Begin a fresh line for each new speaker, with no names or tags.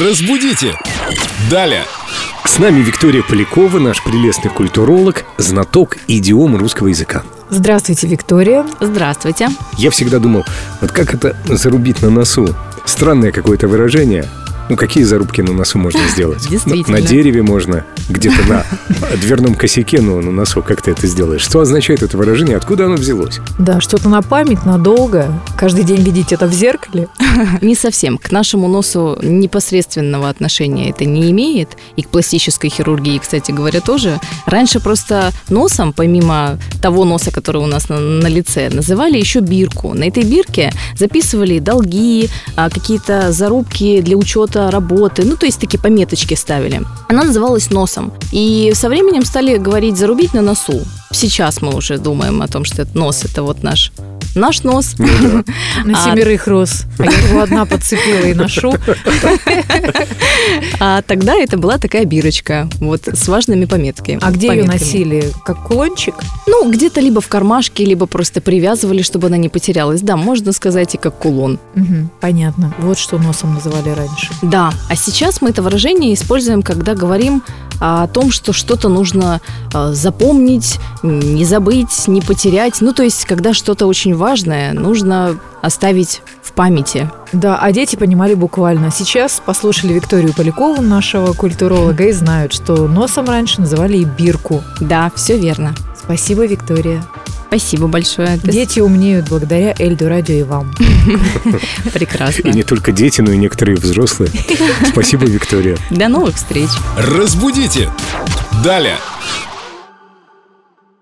Разбудите! Далее!
С нами Виктория Полякова, наш прелестный культуролог, знаток идиом русского языка.
Здравствуйте, Виктория.
Здравствуйте.
Я всегда думал, вот как это зарубить на носу? Странное какое-то выражение. Ну, какие зарубки на носу можно сделать?
Действительно.
На, на дереве можно, где-то на дверном косяке, но на носу как ты это сделаешь? Что означает это выражение? Откуда оно взялось?
Да, что-то на память, надолго. Каждый день видеть это в зеркале.
Не совсем. К нашему носу непосредственного отношения это не имеет. И к пластической хирургии, кстати говоря, тоже. Раньше просто носом, помимо того носа, который у нас на, на лице, называли еще бирку. На этой бирке записывали долги, а, какие-то зарубки для учета работы. Ну, то есть такие пометочки ставили. Она называлась носом. И со временем стали говорить «зарубить на носу». Сейчас мы уже думаем о том, что это нос – это вот наш наш нос.
На
А-
семерых рос. А я его одна подцепила и ношу.
А тогда это была такая бирочка, вот с важными пометками.
А где ее
пометками.
носили? Как кулончик?
Ну, где-то либо в кармашке, либо просто привязывали, чтобы она не потерялась. Да, можно сказать и как кулон.
Мгм, Понятно. Вот что носом называли раньше.
Да, а сейчас мы это выражение используем, когда говорим а, о том, что что-то нужно а, запомнить, не забыть, не потерять. Ну, то есть, когда что-то очень важное нужно оставить в памяти.
Да, а дети понимали буквально. Сейчас послушали Викторию Полякову, нашего культуролога, и знают, что носом раньше называли и бирку.
Да, все верно.
Спасибо, Виктория.
Спасибо большое. Это
Дети умнеют благодаря Эльду Радио и вам.
прекрасно.
И не только дети, но и некоторые взрослые. Спасибо, Виктория.
До новых встреч.
Разбудите! Далее!